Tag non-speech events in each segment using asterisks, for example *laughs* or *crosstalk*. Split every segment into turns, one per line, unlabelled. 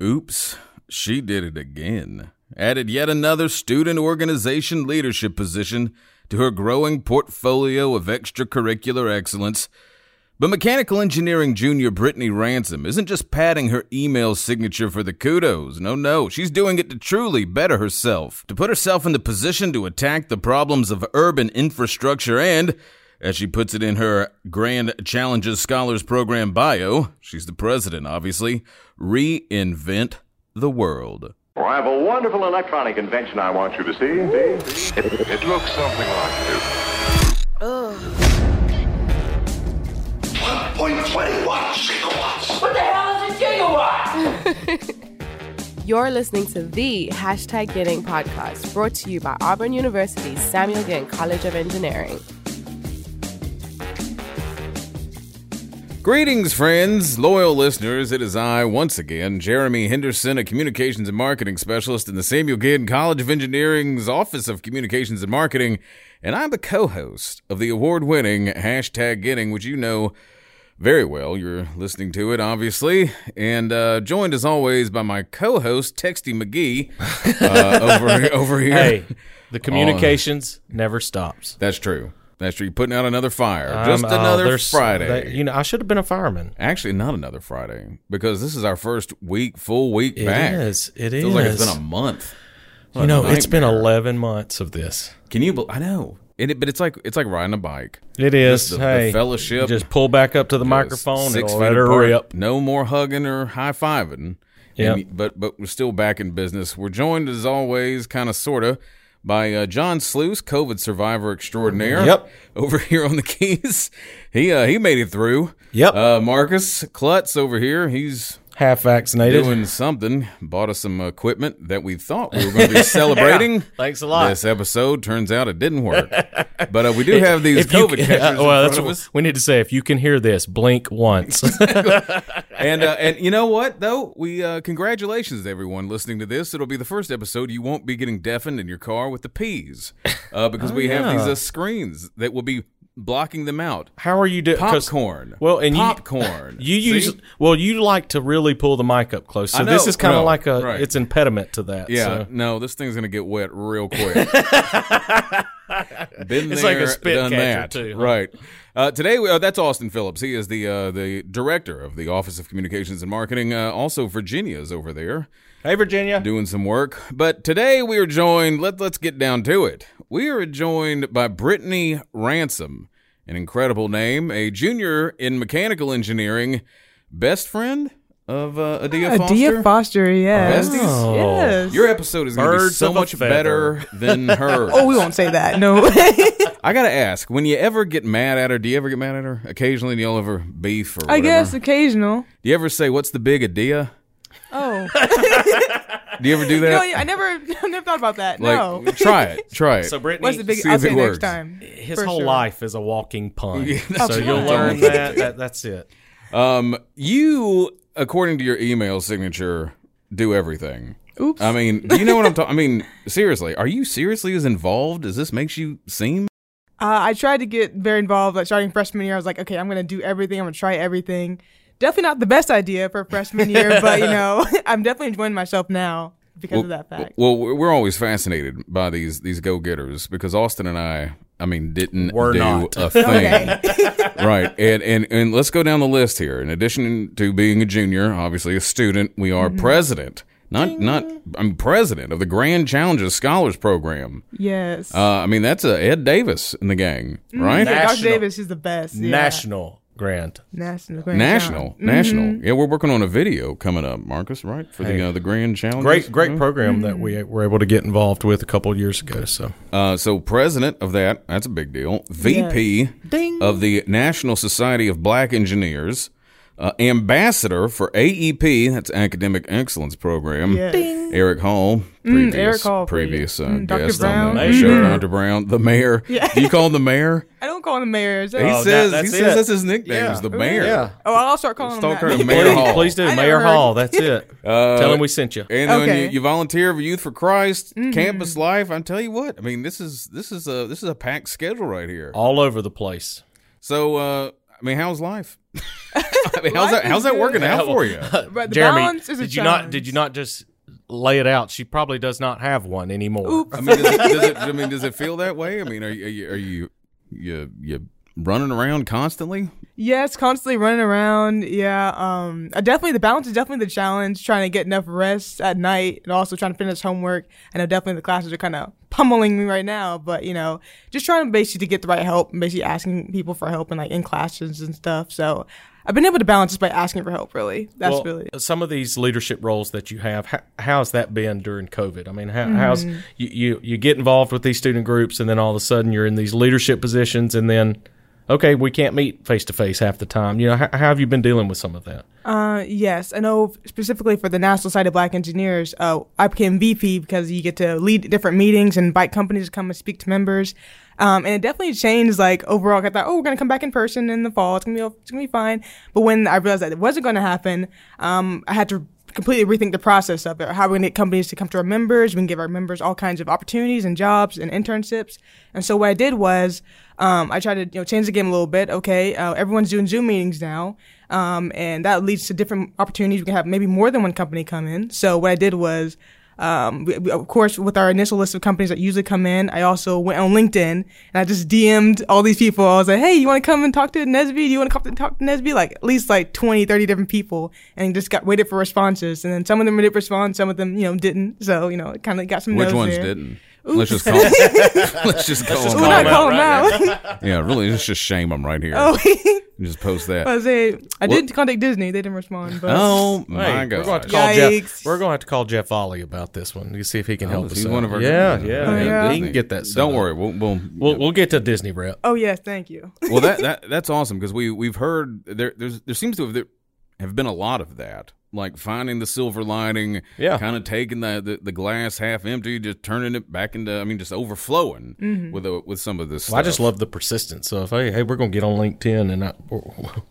Oops, she did it again. Added yet another student organization leadership position to her growing portfolio of extracurricular excellence. But mechanical engineering junior Brittany Ransom isn't just padding her email signature for the kudos. No, no, she's doing it to truly better herself, to put herself in the position to attack the problems of urban infrastructure and, as she puts it in her Grand Challenges Scholars Program bio, she's the president, obviously, reinvent the world.
Well, I have a wonderful electronic invention I want you to see. see, see.
It, it looks something like this.
Ugh.
1.21 gigawatts.
What the hell is a gigawatt?
You're listening to the hashtag Getting podcast, brought to you by Auburn University's Samuel Ginn College of Engineering.
Greetings, friends, loyal listeners. It is I, once again, Jeremy Henderson, a communications and marketing specialist in the Samuel Ginn College of Engineering's Office of Communications and Marketing, and I'm the co host of the award winning hashtag Getting, which you know very well. You're listening to it, obviously, and uh, joined as always by my co host, Texty McGee,
*laughs*
uh, over, over here. *laughs*
Hey, the communications never stops.
That's true. That's true. You're putting out another fire.
I'm-
Just
oh,
another
there's-
Friday.
that- you know, I should have been a fireman.
Actually, not another Friday because this is our first week, full week
It
back.
is. It
Feels like it's
is.
been a month. What
You
a
know, it's been
nightmare.
11 months of this.
Can you? bel I know. And It, but it's like it's like riding a bike.
It is.
Just the- the
hey,
fellowship.
Just pull back up to the microphone
Six
and
feet
let her
apart.
rip.
No more hugging or high fiving.
Yep.
And- But but we're still back in business. We're joined as always, kind of sorta, by uh, John Sluice, COVID survivor extraordinaire.
Yep.
Over here on the keys, he uh, he made it through.
Yep.
Uh, Marcus Klutz over here. He's
Half vaccinated.
doing something. Bought us some equipment that we thought we were going
*laughs*
to be celebrating.
Thanks a lot.
This episode turns out it didn't
*laughs*
work, but uh, we do have these
If you *laughs*
COVID
can- uh,
catchers in
well,
front
that's
of
what
us.
we need to say. If you can hear this, blink
*laughs*
once.
And uh, and you know what though? We uh, congratulations to everyone listening to this. It'll be the first episode you won't be getting deafened in your car with the peas, uh, because
*laughs*
we have
Oh, yeah.
these uh, screens that will be blocking them out.
How are you doing?
Popcorn.
Well, and you-
popcorn.
*laughs* You
See?
use well. You like to really pull the mic up close,
I
so this
know.
is kind of
No,
like a
right.
it's impediment to that.
Yeah,
so.
no, this thing's gonna get wet
*laughs*
real quick. Been
It's
there,
like a spit
done
catcher,
that.
too, huh?
Right. Uh, today, we- uh, that's Austin Phillips. He is the uh, the director of the Office of Communications and Marketing. Uh, also, Virginia's over there
Hey, Virginia.
doing some work. But today we are joined. Let Let's get down to it. We are joined by Brittany Ransom, an incredible name, a junior in mechanical engineering, best friend of uh, Adia Foster. Oh,
Adia Foster, yes.
Besties?
Oh.
Yes.
Your episode is going to be
Birds
so
of a
much
feather.
better *laughs* than hers.
*laughs* oh, we won't say
*laughs*
that. No.
I gotta ask: When you ever get mad at her, do you ever get mad at her? Occasionally, do y'all ever beef or
*laughs* I
whatever?
guess
Do
occasional.
you ever say, "What's the big idea"?
Oh.
Do you ever do
*laughs* no,
*laughs* that?
I never *laughs* I never thought about that.
like,
no.
*laughs* try it, try it.
So Brittany,
What's the big
see
I'll
if it
say
works.
next time.
his
for
whole
sure.
life is a walking pun.
Yeah,
so you'll
right.
learn that, that. That's it.
um, you, according to your email signature, do everything.
Oops.
I mean, do you know what I'm talking? I mean, seriously, are you seriously as involved as this makes you seem?
Uh, I tried to get very involved. Like starting freshman year, I was like, okay, I'm gonna do everything. I'm gonna try everything. Definitely not the best idea for freshman year,
*laughs*
but you know, *laughs* I'm definitely enjoying myself now because of that fact.
Well, we're we're always fascinated by these these go getters because Austin and I, I mean, didn't
We're
do
not.
a thing.
*laughs* Okay.
*laughs* right, and, and and let's go down the list here. In addition to being a junior, obviously a student, we are president. Not not I'm president of the Grand Challenges Scholars Program.
yes.
Uh, I mean, that's uh, Ed Davis in the gang, right?
that-
Dr.
National-
Davis is the best. Yeah.
National grant.
National. Grand
National,
Challenge.
national. Yeah, we're working on a video coming up, Marcus. Right for the uh, the Grand Challenge.
Great, great program that
Mm-hmm.
we were able to get involved with a couple of years ago. So
Uh, so president of that, that's a big deal. VP of the National Society of Black Engineers, uh, ambassador for AEP, that's Academic Excellence Program.
Yes. Ding. Mm,
Eric Hall, previous,
Eric Hall,
previous uh,
Mm, Dr.
guest on
Brown.
the
Mayor.
show, Dr. Brown, the mayor. Do you call him the
*laughs*
mayor?
I don't call him the mayor. Is that-
He
Oh, that-
says he
that's
says
it.
that's his nickname
Yeah.
is the mayor.
yeah,
Oh, I'll start calling
Let's talk
him
her to
*laughs* that.
Mayor
please,
Hall.
please do,
never
Mayor
heard. Uh,
Hall. That's
*laughs*
it. Tell him we sent you.
Uh, And then
Okay. Mm-hmm.
you, you volunteer for Youth for Christ, campus life. I tell you what, I mean, this is this is a this is a packed schedule right here.
All over the place.
So, uh,
I mean, how's life? *laughs* I mean, how's that?
is
How's that
good.
working out for you?
But the
Jeremy,
balance is a
did you not?
challenge.
Did you not just lay it out? She probably does not have one anymore.
Oops.
I mean, does it, does it, I mean, does it feel that way? I mean, are you are you are you, you, you running around constantly?
Yes, constantly running around. Yeah. Um. I definitely the balance is definitely the challenge. Trying to get enough rest at night and also trying to finish homework. I know definitely the classes are kind of pummeling me right now, but you know, just trying to basically to get the right help and basically asking people for help and like in classes and stuff. So I've been able to balance just by asking for help. Really, that's
Well,
really.
some of these leadership roles that you have. How, how's that been during COVID? I mean, how,
Mm-hmm.
how's you, you you get involved with these student groups, and then all of a sudden you're in these leadership positions, and then okay, we can't meet face to face half the time. You know, how, how have you been dealing with some of that?
Uh, yes, I know specifically for the National Society of Black Engineers, uh, I became VP because you get to lead different meetings and invite companies to come and speak to members. Um, and it definitely changed, like, overall. I thought, oh, we're going to come back in person in the fall. It's going to be, it's going to be fine. But when I realized that it wasn't going to happen, um, I had to completely rethink the process of it. How we're going to get companies to come to our members. We can give our members all kinds of opportunities and jobs and internships. And so what I did was, um, I tried to, you know, change the game a little bit. Okay. Uh, everyone's doing Zoom meetings now. Um, and that leads to different opportunities. We can have maybe more than one company come in. So what I did was, um, we, we- of course, with our initial list of companies that usually come in, I also went on LinkedIn and I just DM'd all these people. I was like, hey, you want to come and talk to Nesby? Do you want to come to talk to Nesby? Like at least like 20, 30 different people and just got waited for responses. And then some of them did respond, some of them, you know, didn't. So, you know, it kind of got some
Which
no's
ones
there.
didn't? Let's just call. let's just call
We're
them
not
out.
calling them out.
Yeah, really, let's just shame them right here.
*laughs*
*laughs*
*laughs*
Just post that.
I, say, I
Well-
did contact Disney. They didn't respond. But
Oh my
Hey, we're going
god!
to call Jeff.
Yikes.
We're going to have to call Jeff Ollie about this one. You see if he can help us.
Oh, He's
out.
one of our
yeah,
Oh,
yeah.
yeah.
He
Disney.
can get that. set
Don't
up.
worry, we'll we'll,
We'll we'll get to Disney rep.
Oh yes, thank you.
well that, that that's awesome because we we've heard there there's there seems to have there have been a lot of that like finding the silver lining
Yeah.
kind of taking the, the the glass half empty just turning it back into i mean just overflowing
Mm-hmm.
with a, with some of this
Well, I
stuff.
just love the persistence of hey, hey, we're gonna get on LinkedIn and I, we're,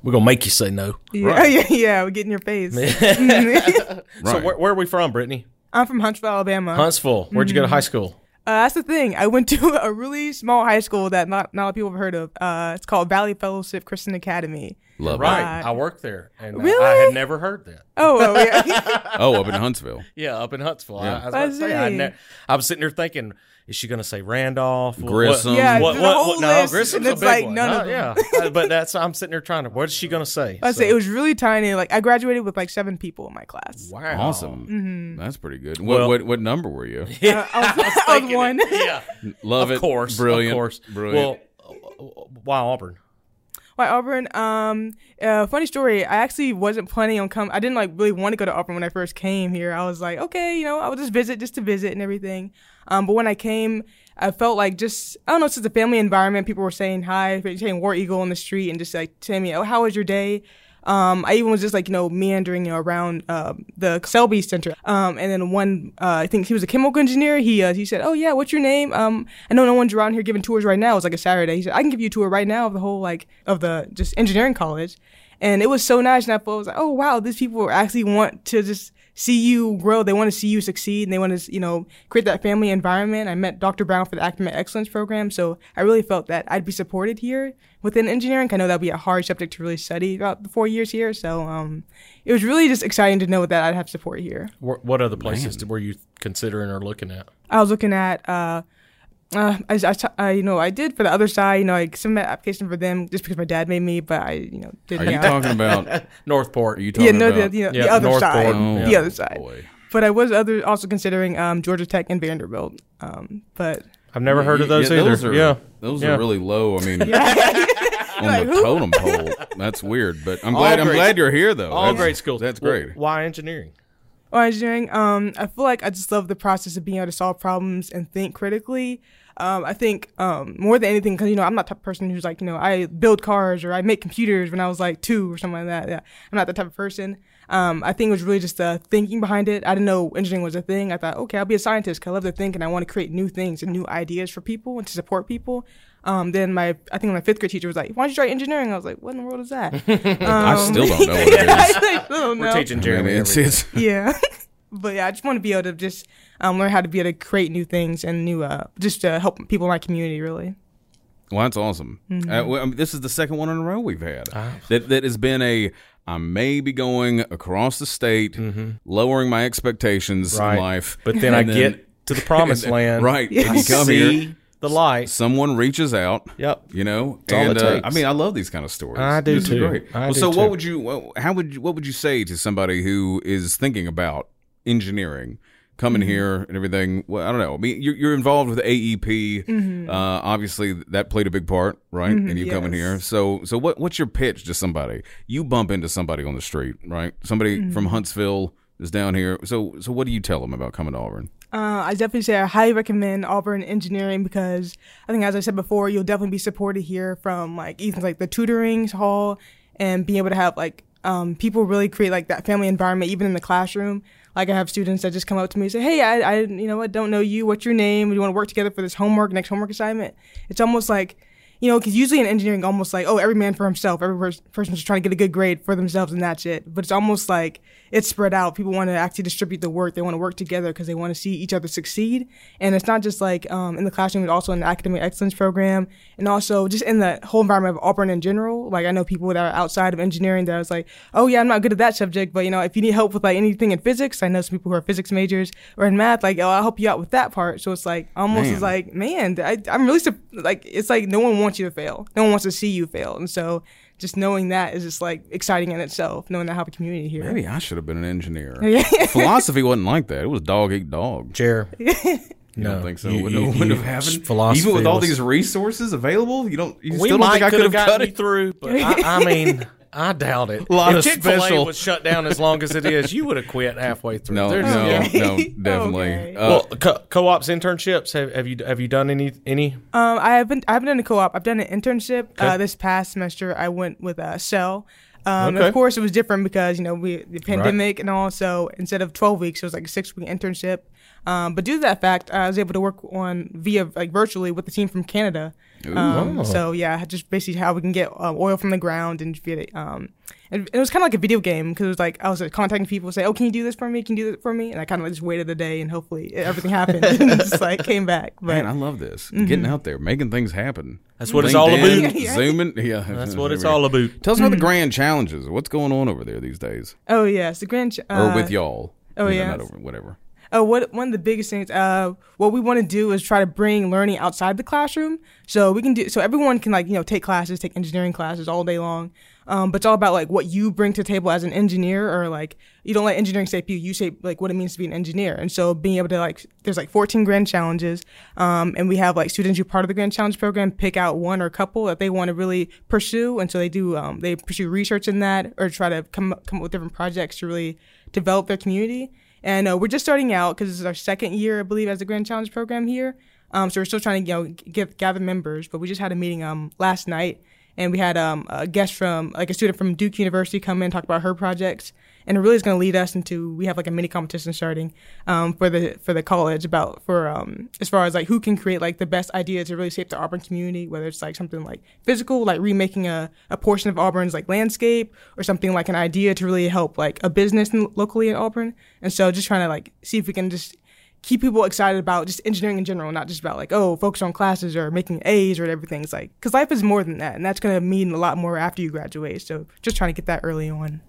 we're gonna make you say no.
Yeah, *laughs* yeah, yeah. We get in
*laughs*
your face. *laughs*
So
Right.
where, where are we from, Brittany?
I'm from Huntsville, Alabama.
Huntsville. Where'd you go to high school?
Uh, that's the thing. I went to *laughs* a really small high school that not, not a lot of people have heard of. Uh, it's called Valley Fellowship Christian Academy.
love
Right. I worked there, and uh, I
Really?
had never heard that.
Oh, oh yeah. *laughs*
it. oh up in huntsville
Yeah, up in Huntsville. I- I, was
I
about to say, I,
see.
ne- I was sitting there thinking, is she going to say Randolph? What-
Grissom.
What,
Yeah,
Um, what,
there's a
what,
whole
what- no,
list,
Grissom's
and
a
it's
big
like
one.
none
Uh,
of them.
Yeah, but that's I'm sitting there trying to. What is she going to say?
I
So-
say it was really tiny. Like I graduated with like seven people in my class.
wow.
awesome
Mm-hmm.
that's pretty good what,
Well-
what what number were
*laughs*
you
Uh, I was, I was one.
Yeah,
love
of
it
course,
brilliant
of course.
brilliant
Well, uh, uh, why Auburn?
Why Auburn? Um, uh, funny story. I actually wasn't planning on coming. I didn't like really want to go to Auburn when I first came here. I was like, okay, you know, I'll just visit just to visit and everything. Um, but when I came, I felt like just I don't know, it's just the family environment. People were saying hi, saying War Eagle on the street, and just like telling me, oh, how was your day? Um, I even was just like, you know, meandering you know, around uh, the Selby Center. Um, and then one, uh, I think he was a chemical engineer. He uh, he said, "Oh yeah, what's your name?" Um, I know no one's around here giving tours right now. It was like a Saturday. He said, "I can give you a tour right now of the whole like of the just engineering college." And it was so nice. And I felt I was like, "Oh wow, these people actually want to just." see you grow. They want to see you succeed, and they want to, you know, create that family environment. I met Dr. Brown for the Academic Excellence Program, so I really felt that I'd be supported here within engineering. I know that'd be a hard subject to really study about the four years here, so um, it was really just exciting to know that I'd have support here.
What, what other places were you considering or looking at?
I was looking at. Uh, uh, I, I, I, you know, I did for the other side. You know, I submitted an application for them just because my dad made me, but I, you know, did
are
*laughs*
you
not.
talking about are
Northport.
you talking
*laughs* yeah, no,
about Oh,
the, you know,
Yeah,
the other
North
side,
Pole.
the
Yeah.
other side.
boy
But I was other also considering um, Georgia Tech and Vanderbilt. Um, but
I've never heard of
Yeah,
those either.
Those are,
yeah,
those
Yeah.
are really low. I mean, on the totem pole, that's weird. But I'm
All
glad. I'm
grades-
glad you're here, though.
all
That's-
grade schools.
That's
Well,
great.
why engineering?
or oh, engineering, um, I feel like I just love the process of being able to solve problems and think critically. Um, I think um, more than anything, because you know I'm not the type of person who's like you know I build cars or I make computers when I was like two or something like that. Yeah, I'm not that type of person. Um, I think it was really just the thinking behind it. I didn't know engineering was a thing. I thought, okay, I'll be a scientist. 'cause I love to think and I want to create new things and new ideas for people and to support people. Um, then my I think my fifth grade teacher was like, why don't you try engineering? I was like, what in the world is that?
I still don't *laughs* know what it is.
*laughs* I don't know.
Um, I
Teaching
mean,
*laughs* Jeremy.
it's,
everything.
it's,
Yeah. *laughs* but yeah, I just want to be able to just um, learn how to be able to create new things and new, uh, just to help people in my community, really.
Well, that's awesome. Uh, well, I mean, this is the second one in a row we've had
Ah.
that that has been a. I may be going across the state, lowering my expectations
Mm-hmm. Right.
in life,
But then I
and *laughs*
get to the promised
and-
land.
Right, and you
*laughs* I
come
see
here.
the light.
Someone reaches out.
Yep.
You know,
all
and
it
uh,
takes.
I mean, I love these kind of stories.
I do
This is
too.
great.
I
well,
do
so,
too.
what would you? well, How would you? What would you say to somebody who is thinking about engineering? Coming
Mm-hmm.
here and everything. Well, I don't know. I mean, you're, you're involved with AEP.
Mm-hmm.
Uh, obviously, that played a big part, right? and you coming
yes.
here. So, so what? What's your pitch to somebody? You bump into somebody on the street, right? Somebody
Mm-hmm.
from Huntsville is down here. So, so what do you tell them about coming to Auburn?
Uh, I definitely say I highly recommend Auburn Engineering because I think, as I said before, you'll definitely be supported here from like even like the tutoring hall and being able to have like um, people really create like that family environment even in the classroom. Like I have students that just come up to me and say, "Hey, I, I you know I don't know you. What's your name? Do you want to work together for this homework next homework assignment?" It's almost like you know, because usually in engineering, almost like, oh, every man for himself. Every pers- person's just trying to get a good grade for themselves, and that's it. But it's almost like it's spread out. People want to actually distribute the work. They want to work together because they want to see each other succeed. And it's not just like um, in the classroom, but also in the academic excellence program, and also just in the whole environment of Auburn in general. Like I know people that are outside of engineering that I was like, oh yeah, I'm not good at that subject, but you know, if you need help with like anything in physics, I know some people who are physics majors or in math, like, oh, I'll help you out with that part. So it's like almost
Man.
is like like, man, I, I'm really sup- like, it's like no one wants you to fail. No one wants to see you fail. And so just knowing that is just like exciting in itself, knowing that I have a community here.
Maybe I should have been an
*laughs*
engineer. Philosophy wasn't like that. It was dog eat dog.
Chair. *laughs* You
I don't think so. Wouldn't- wouldn't have happened. Even with all these resources available, you don't. You
we
still don't
might
think I
could have
cut
gotten you
it.
through, *laughs* but I, I mean, I
*laughs*
doubt it.
Lot
if
of
Chick-fil-A
special-
was shut down as long as it is, you would have quit halfway through.
No,
*laughs* There's-
no,
yeah.
no, definitely.
Okay.
Uh,
well, co- co-ops internships. Have, have you have you done any any?
Um, I haven't I haven't done a co-op. I've done an internship. Uh, this past semester, I went with a uh, Shell. Um,
Okay.
Of course, it was different because you know we the pandemic and also instead of twelve weeks, it was like a six week internship. Um, but due to that fact, I was able to work on via like virtually with the team from Canada. Um, So yeah, just basically how we can get um, oil from the ground and get it. Um, and it was kind of like a video game because it was like I was like, contacting people, say, "Oh, can you do this for me? Can you do this for me?" And I kind of like, just waited a day and hopefully everything happened *laughs* and just like came back. But
man, I love this. Getting out there, making things happen.
Mm-hmm. That's what it's all
LinkedIn, *laughs*
about.
Zooming. Yeah, *laughs*
That's what it's all about. Mm-hmm.
Tell us about the grand challenges. What's going on over there these days,
Oh yes, the grand. Ch-
or
uh,
with y'all?
oh,
You know,
yes.
not over, whatever.
Oh, what one of the biggest things. Uh, what we want to do is try to bring learning outside the classroom, so we can do so everyone can like you know take classes, take engineering classes all day long. Um, but it's all about like what you bring to the table as an engineer, or like you don't let engineering shape you. You shape like what it means to be an engineer, and so being able to like there's like 14 grand challenges, um, and we have like students who are part of the grand challenge program pick out one or a couple that they want to really pursue, and so they do um, they pursue research in that or try to come come up with different projects to really develop their community. And uh, we're just starting out because this is our second year, I believe, as the Grand Challenge program here. Um, so we're still trying to you know, g- get, gather members, but we just had a meeting um, last night, and we had um, a guest from, like a student from Duke University, come in talk about her projects, and it really is going to lead us into we have like a mini competition starting um, for the for the college about for um, as far as like who can create like the best idea to really shape the Auburn community, whether it's like something like physical, like remaking a, a portion of Auburn's like landscape, or something like an idea to really help like a business in, locally in Auburn. And so just trying to like see if we can just keep people excited about just engineering in general, not just about like oh focus on classes or making A's or everything's like because life is more than that, and that's gonna mean a lot more after you graduate. So just trying to get that early on.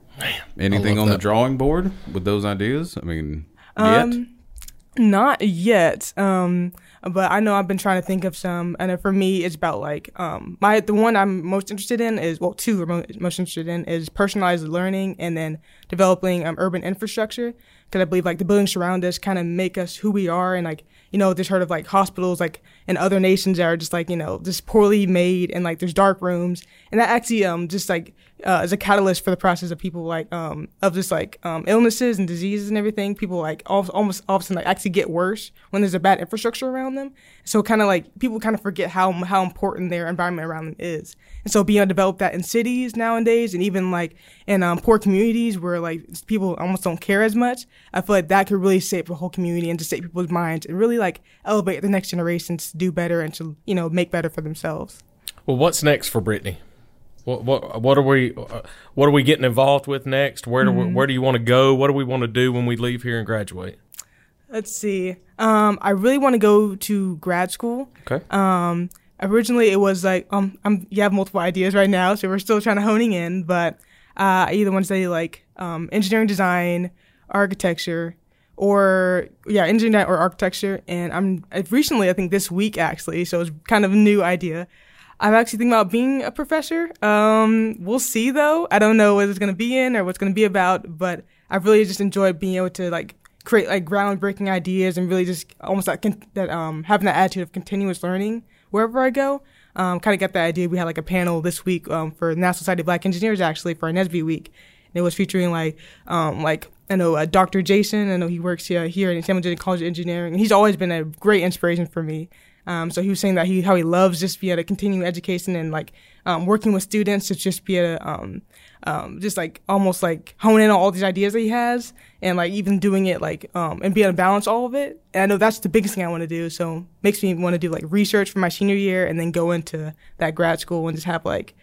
Anything
love
on the
that.
drawing board with those ideas? I mean, yet.
Um,
Not yet. Um, but I know I've been trying to think of some, and for me, it's about like um, my the one I'm most interested in is well, two I'm mo- most interested in is personalized learning, and then developing um, urban infrastructure because I believe like the buildings around us kind of make us who we are, and like you know, just heard of like hospitals like in other nations that are just like you know just poorly made, and like there's dark rooms, and that actually um just like uh, as a catalyst for the process of people like um, of just like um, illnesses and diseases and everything. People like all, almost all of a sudden like actually get worse when there's a bad infrastructure around them. So kind of like people kind of forget how how important their environment around them is. And so being able to develop that in cities nowadays, and even like in um, poor communities where like people almost don't care as much. I feel like that could really shape the whole community and just shape people's minds and really like elevate the next generations to do better and to you know make better for themselves.
Well, what's next for Brittany? What what what are we uh, what are we getting involved with next? Where do we, where do you want to go? What do we want to do when we leave here and graduate?
Let's see. Um, I really want to go to grad school.
Okay.
Um, originally it was like um I'm you have multiple ideas right now, so we're still trying to honing in. But uh, I either want to say like um, engineering design, architecture, or yeah, engineering design or architecture. And I'm I've recently I think this week actually, so it's kind of a new idea. I'm actually thinking about being a professor. Um, we'll see though. I don't know what it's gonna be in or what's gonna be about, but I really just enjoy being able to like create like groundbreaking ideas and really just almost that con- that um having that attitude of continuous learning wherever I go. Um, kind of got the idea. We had like a panel this week um, for the National Society of Black Engineers actually for our Nesby week, and it was featuring like um like I know uh, Dr. Jason. I know he works here here in Samuel J. College of Engineering, and he's always been a great inspiration for me. Um, so he was saying that he how he loves just being able to continue education and like um, working with students to just be able to um, um, just like almost like hone in on all these ideas that he has and like even doing it like um, and being able to balance all of it. And I know that's the biggest thing I want to do. So makes me want to do like research for my senior year and then go into that grad school and just have like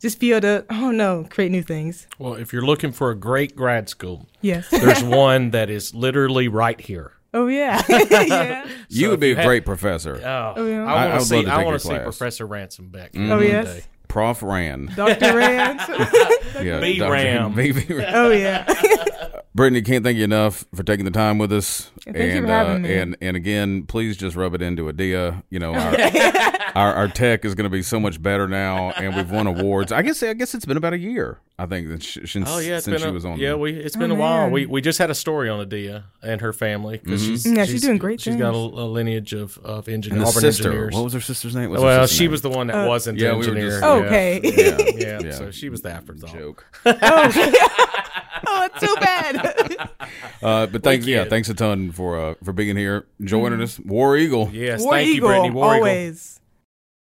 just be able to oh no create new things.
Well, if you're looking for a great grad school, *laughs*
Yes.
there's one that is literally right here. *laughs*
oh yeah. yeah.
you would be a
had-
great professor.
Oh,
yeah.
I-
I
I
want
would
to see.
love to
I
take
want
your
to see
class. Mm-hmm.
Professor Ransom back.
Oh yes.
Prof Ran.
*laughs*
Dr. Rand.
Yeah,
B.
Dr. *laughs*
Ram.
B. Ram.
oh yeah.
Brittany, can't thank you enough for taking the time with us.
thank you for having me.
And and again, please just rub it into Adia. You know, our,
*laughs*
our our tech is going to be so much better now, and we've won awards. I guess I guess it's been about a year. I think that sh- since
Oh yeah, it's
since
been
she
a,
was on.
Yeah,
the-
we it's
Oh,
been a while. We we just had a story on Adia and her family 'cause she's,
Yeah, she's doing great
She's got a,
things.
a lineage of of
Mm-hmm. and
engineers.
the
Auburn
sister.
engineers.
What was her sister's name? What's her
well,
sister's
she
name?
was the one that wasn't
yeah,
the
we were
engineer.
just-
yeah.
Uh, Okay.
Yeah,
Yeah,
yeah.
so she was the afterthought.
joke.
oh, it's so bad.
Uh, but thanks, yeah,
kid.
Mm-hmm.
thanks a ton for uh, for being here, joining us, War Eagle.
Yes,
War
thank
Eagle,
you, Brittany. War Eagle.
always.